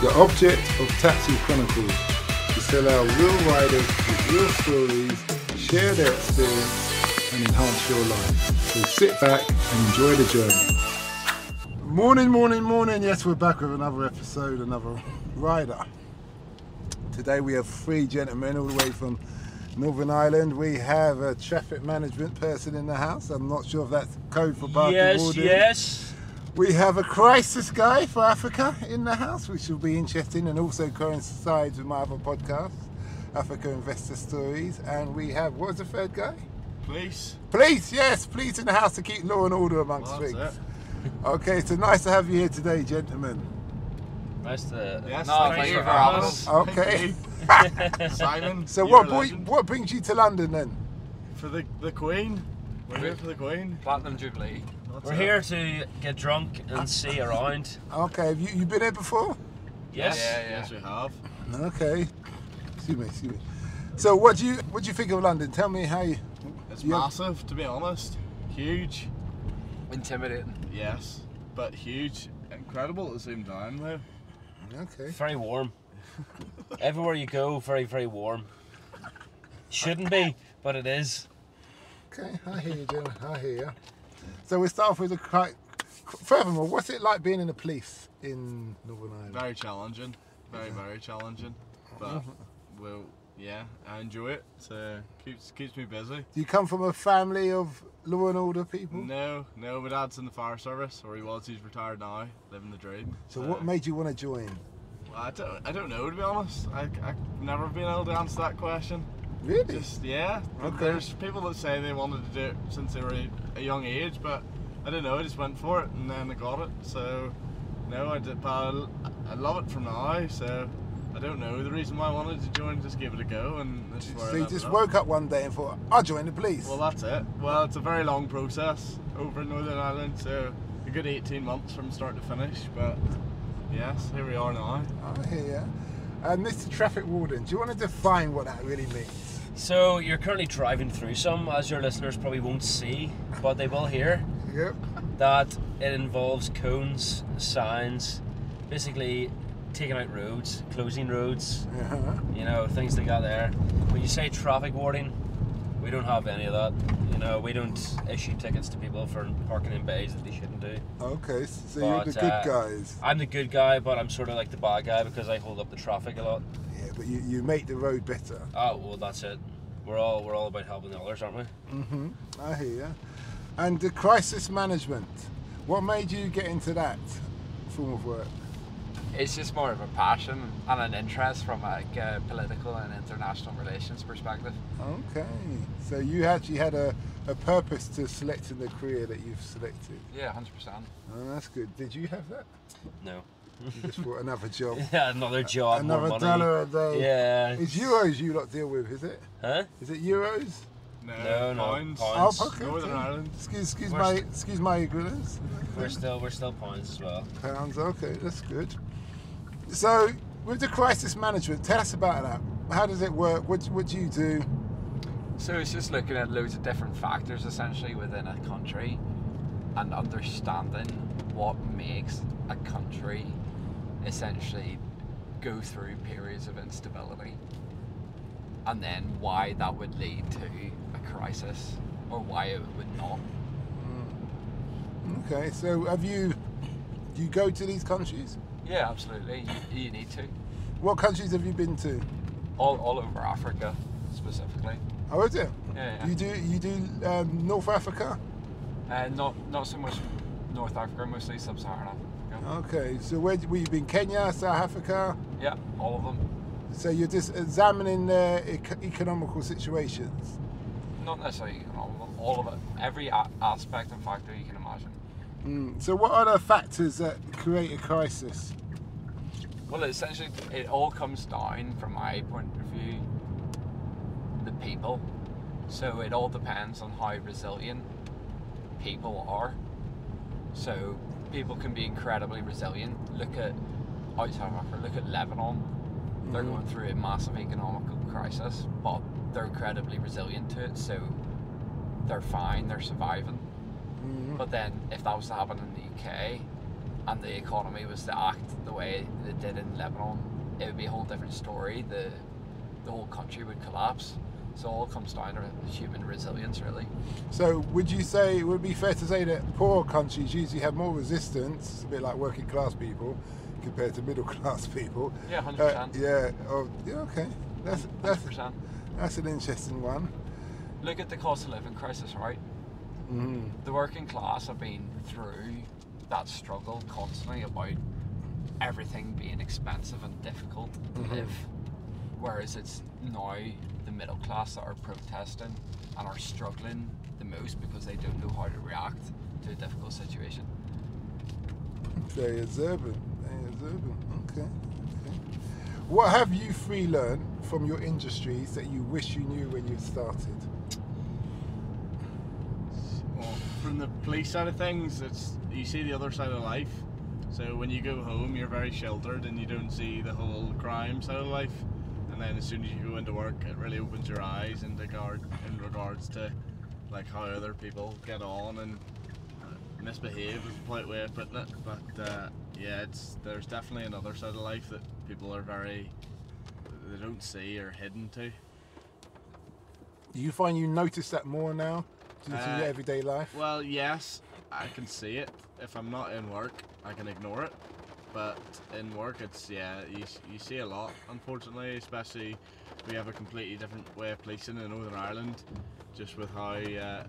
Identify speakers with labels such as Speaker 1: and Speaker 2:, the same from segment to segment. Speaker 1: The object of Tattoo Chronicles is to allow real riders with real stories share their experience and enhance your life. So sit back and enjoy the journey. Morning, morning, morning. Yes, we're back with another episode, another rider. Today we have three gentlemen all the way from Northern Ireland. We have a traffic management person in the house. I'm not sure if that's code for Barker
Speaker 2: Yes,
Speaker 1: Warden.
Speaker 2: yes.
Speaker 1: We have a crisis guy for Africa in the house, which will be interesting and also coincides with my other podcast, Africa Investor Stories. And we have, what's the third guy?
Speaker 2: Please.
Speaker 1: Police, yes, police in the house to keep law and order amongst
Speaker 2: Well, that's
Speaker 1: things. Okay, so nice to have you here today, gentlemen.
Speaker 2: Nice to.
Speaker 3: Yes,
Speaker 2: no,
Speaker 3: thank
Speaker 2: thank
Speaker 3: you
Speaker 2: you
Speaker 3: for
Speaker 2: for
Speaker 3: having
Speaker 2: having us.
Speaker 3: us.
Speaker 1: Okay.
Speaker 3: Simon.
Speaker 1: So
Speaker 3: you're
Speaker 1: what
Speaker 3: a
Speaker 1: boy,
Speaker 3: legend.
Speaker 1: what brings you to London then?
Speaker 3: For the the Queen. We're here for the Queen.
Speaker 4: Platinum Jubilee.
Speaker 3: That's
Speaker 2: We're
Speaker 3: it.
Speaker 2: here to get drunk and see around.
Speaker 1: Okay, have you, you been here before?
Speaker 2: Yes.
Speaker 4: Yeah, yeah.
Speaker 3: Yes, we have.
Speaker 1: Okay. Excuse me, excuse me. So what do you what do you think of London? Tell me how you
Speaker 3: It's
Speaker 1: you have-
Speaker 3: massive, to be honest. Huge.
Speaker 4: Intimidating.
Speaker 3: Yes, but huge. Incredible at the same time, though.
Speaker 1: Okay.
Speaker 2: Very warm. Everywhere you go, very, very warm. Shouldn't be, but it is.
Speaker 1: Okay, I hear you, Jim. I hear you. So we start off with a quite. Furthermore, what's it like being in the police in Northern Ireland?
Speaker 3: Very challenging. Very very challenging. But well, yeah, I enjoy it. So keeps keeps me busy.
Speaker 1: Do you come from a family of law and order people?
Speaker 3: No, no, my dad's in the fire service, or he was. He's retired now, living the dream. Uh,
Speaker 1: So what made you want to join?
Speaker 3: I don't, I don't know to be honest. I, I've never been able to answer that question.
Speaker 1: Really?
Speaker 3: Just yeah. but
Speaker 1: Okay.
Speaker 3: There's people that say they wanted to do it since they were a- a young age, but I don't know. I just went for it, and then I got it. So no, I did. But I, I love it from now. So I don't know the reason why I wanted to join. Just gave it a go, and that's where I
Speaker 1: so you
Speaker 3: ended
Speaker 1: just
Speaker 3: up.
Speaker 1: woke up one day and thought, I'll join the police.
Speaker 3: Well, that's it. Well, it's a very long process over in Northern Ireland. So a good 18 months from start to finish. But yes, here we are now.
Speaker 1: I hear you. And Mr. Traffic Warden, do you want to define what that really means?
Speaker 2: So you're currently driving through some, as your listeners probably won't see, but they will hear.
Speaker 1: Yep.
Speaker 2: that it involves cones, signs, basically taking out roads, closing roads,
Speaker 1: Uh-huh.
Speaker 2: you know, things like that there. When you say traffic warning, we don't have any of that. You know, we don't issue tickets to people for parking in bays that they shouldn't do.
Speaker 1: Okay, so
Speaker 2: But,
Speaker 1: you're the
Speaker 2: uh,
Speaker 1: good guys.
Speaker 2: I'm the good guy, but I'm sort of like the bad guy because I hold up the traffic a lot.
Speaker 1: Yeah, but you, you make the road better.
Speaker 2: Oh well, that's it. We're all we're all about helping the others, aren't we?
Speaker 1: hmm I hear you. And the crisis management. What made you get into that form of work?
Speaker 4: It's just more of a passion and an interest from like a political and international relations perspective.
Speaker 1: Okay. So you actually had a, a purpose to selecting the career that you've selected.
Speaker 4: Yeah, hundred percent.
Speaker 1: Oh, that's good. Did you have that?
Speaker 2: No.
Speaker 1: You just bought another job.
Speaker 2: Yeah, another job,
Speaker 1: another
Speaker 2: more money.
Speaker 1: dollar a day.
Speaker 2: Yeah.
Speaker 1: It's euros you lot deal with, is it?
Speaker 2: Huh?
Speaker 1: Is it euros?
Speaker 2: No, no, pounds.
Speaker 3: pounds.
Speaker 2: Pounds.
Speaker 1: Oh, okay.
Speaker 3: Northern Ireland.
Speaker 1: Excuse, excuse
Speaker 2: We're
Speaker 1: my,
Speaker 2: st-
Speaker 1: excuse my ignorance.
Speaker 2: We're still we're still points as well.
Speaker 1: Pounds. Okay, that's good. So, with the crisis management, tell us about that. How does it work? What, what do you do?
Speaker 4: So it's just looking at loads of different factors essentially within a country and understanding what makes a country essentially go through periods of instability and then why that would lead to a crisis or why it would not.
Speaker 1: Okay, so have you do you go to these countries?
Speaker 4: Yeah, absolutely. You, you need to.
Speaker 1: What countries have you been to?
Speaker 4: All, all over Africa, specifically.
Speaker 1: Oh, is it?
Speaker 4: Yeah,
Speaker 1: You do you do um, North Africa?
Speaker 4: yeah. Uh, not, not so much North Africa, mostly Sub Saharan Africa.
Speaker 1: Okay, so where we've been Kenya, South Africa.
Speaker 4: Yeah, all of them.
Speaker 1: So you're just examining their ec- economical situations.
Speaker 4: Not necessarily all of them, all of it. Every a- aspect and factor you can imagine.
Speaker 1: Mm. So what are the factors that create a crisis?
Speaker 4: Well, essentially, it all comes down, from my point of view, the people. So it all depends on how resilient people are. So people can be incredibly resilient. Look at outside of Africa, look at Lebanon. They're going through a massive economical crisis, but they're incredibly resilient to it. So
Speaker 1: Hmm.
Speaker 4: they're fine, they're surviving. But then, if that was to happen in the UK, and the economy was to act the way it did in Lebanon, it would be a whole different story. The the whole country would collapse. So it all comes down to human resilience, really.
Speaker 1: So would you say would it be fair to say that poor countries usually have more resistance, a bit like working class people, compared to middle class people?
Speaker 4: Yeah,
Speaker 1: Uh,
Speaker 4: 100%.
Speaker 1: yeah. Oh, yeah. Okay. That's that's
Speaker 4: 100%.
Speaker 1: that's an interesting one.
Speaker 4: Look at the cost of living crisis, right?
Speaker 1: Mm.
Speaker 4: the working class have been through that struggle constantly about everything being expensive and difficult to live. Whereas it's now the middle class that are protesting and are struggling the most because they don't know how to react to a difficult situation.
Speaker 1: Very observant. Very observant. Okay. okay. What have you three learned from your industries that you wish you knew when you started?
Speaker 3: Well, Oh, from the police side of things, it's you see the other side of life. So when you go home, you're very sheltered and you don't see the whole crime side of life. And then as soon as you go into work, it really opens your eyes in regard in regards to like how other people get on and uh, misbehave is a polite way of putting it. But uh, yeah, it's there's definitely another side of life that people are very they don't see or hidden to.
Speaker 1: Do you find you notice that more now, due to
Speaker 3: Uh,
Speaker 1: your everyday life?
Speaker 3: Well, yes, I can see it. If I'm not in work, I can ignore it. But in work, it's yeah, you, s- you see a lot, unfortunately. Especially we have a completely different way of policing in Northern Ireland, just with how uh,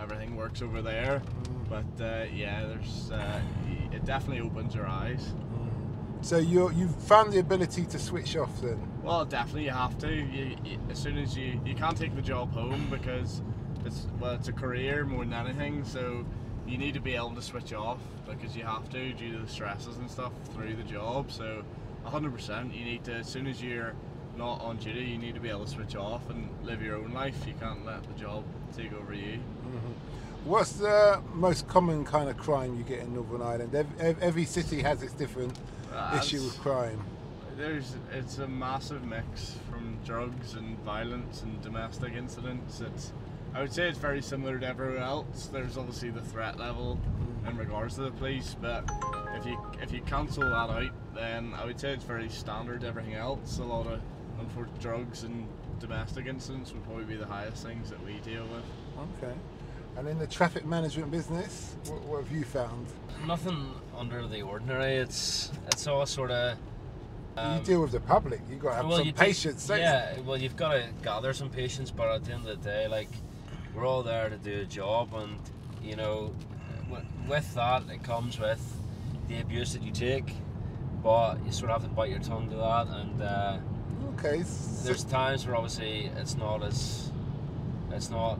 Speaker 3: everything works over there. But uh, yeah, there's uh, y- it definitely opens your eyes.
Speaker 1: Mm. So you you've found the ability to switch off then.
Speaker 3: Well, definitely you have to. You, you, as soon as you you can't take the job home because it's well it's a career more than anything. So you need to be able to switch off because you have to due to the stresses and stuff through the job. So 100% you need to as soon as you're not on duty, you need to be able to switch off and live your own life. You can't let the job take over you.
Speaker 1: What's the most common kind of crime you get in Northern Ireland? Ev- ev- Every city has its different
Speaker 3: Uh,
Speaker 1: issue with
Speaker 3: it's-
Speaker 1: crime.
Speaker 3: There's it's a massive mix from drugs and violence and domestic incidents. It's I would say it's very similar to everywhere else. There's obviously the threat level
Speaker 2: Mm-hmm.
Speaker 3: in regards to the police, but if you if you cancel that out, then I would say it's very standard. to Everything else, a lot of unfortunate drugs and domestic incidents would probably be the highest things that we deal with.
Speaker 1: Okay. And in the traffic management business, what, what have you found?
Speaker 2: Nothing under the ordinary. It's it's all um, sort of.
Speaker 1: you deal with the public. You got to have some
Speaker 2: you take-
Speaker 1: patience. eh? don't you?
Speaker 2: Yeah, well, you've got to gather some patience, but at the end of the day, like we're all there to do a job, and you know, w- with that it comes with the abuse that you take, but you sort of have to bite your tongue to that, and uh,
Speaker 1: Okay. s-
Speaker 2: there's times where obviously it's not as, it's not.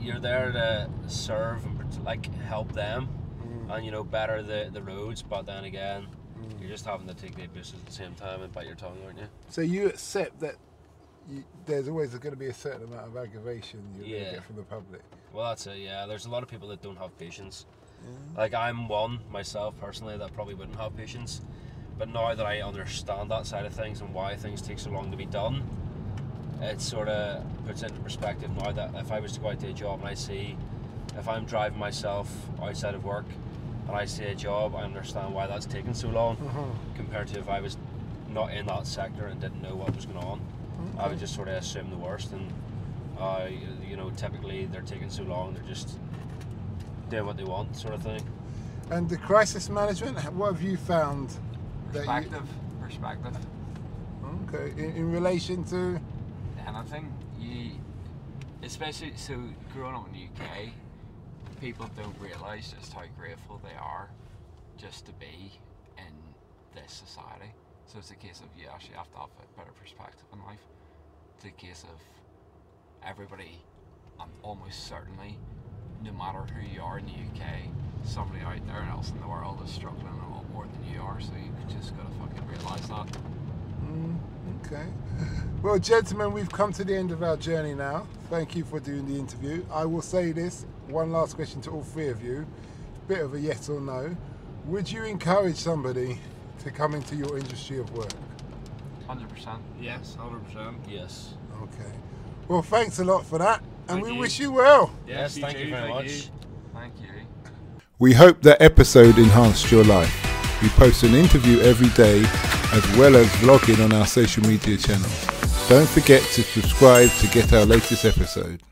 Speaker 2: You're there to serve and prot- like help them,
Speaker 1: Mm,
Speaker 2: and you know better the the roads, but then again.
Speaker 1: mm.
Speaker 2: You're just having to take the abuse at the same time and bite your tongue, aren't you?
Speaker 1: So you accept that you, there's always going to be a certain amount of aggravation you're going
Speaker 2: Yeah.
Speaker 1: to get from the public.
Speaker 2: Well, that's it. Yeah, there's a lot of people that don't have patience.
Speaker 1: Yeah.
Speaker 2: Like I'm one myself personally that probably wouldn't have patience. But now that I understand that side of things and why things take so long to be done, it sort of puts into perspective now that if I was to go out to a job and I see, if I'm driving myself outside of work and I see a job, I understand why that's taking so long
Speaker 1: Mhm.
Speaker 2: compared to if I was not in that sector and didn't know what was going on. I would just sort of assume the worst, and uh, you know, typically they're taking so long, they're just doing what they want, sort of thing.
Speaker 1: And the crisis management, h- what have you found? That you,
Speaker 4: Perspective, perspective.
Speaker 1: okay. In, in relation to.
Speaker 4: anything. You, especially so growing up in the UK, people don't realise just how grateful they are just to be in this society. So it's a case of you actually have to have a better perspective in life. It's a case of everybody, and almost certainly, no matter who you are in the UK, somebody out there else in the world is struggling a lot more than you are. So you've just got to fucking realise that.
Speaker 1: Mm, okay. Well, gentlemen, we've come to the end of our journey now. Thank you for doing the interview. I will say this one last question to all three of you. Bit of a yes or no. Would you encourage somebody to come into your industry of work?
Speaker 4: Hundred percent.
Speaker 3: Yes, 100%.
Speaker 2: Yes.
Speaker 1: Okay. Well, thanks a lot for that, and
Speaker 3: Thank
Speaker 1: we
Speaker 3: you.
Speaker 1: wish you well.
Speaker 3: E
Speaker 2: Yes. thank
Speaker 3: do,
Speaker 2: you very
Speaker 3: thank
Speaker 2: much.
Speaker 4: Thank you.
Speaker 1: We hope that episode enhanced your life. We post an interview every day as well as vlogging on our social media channels. Don't forget to subscribe to get our latest episode.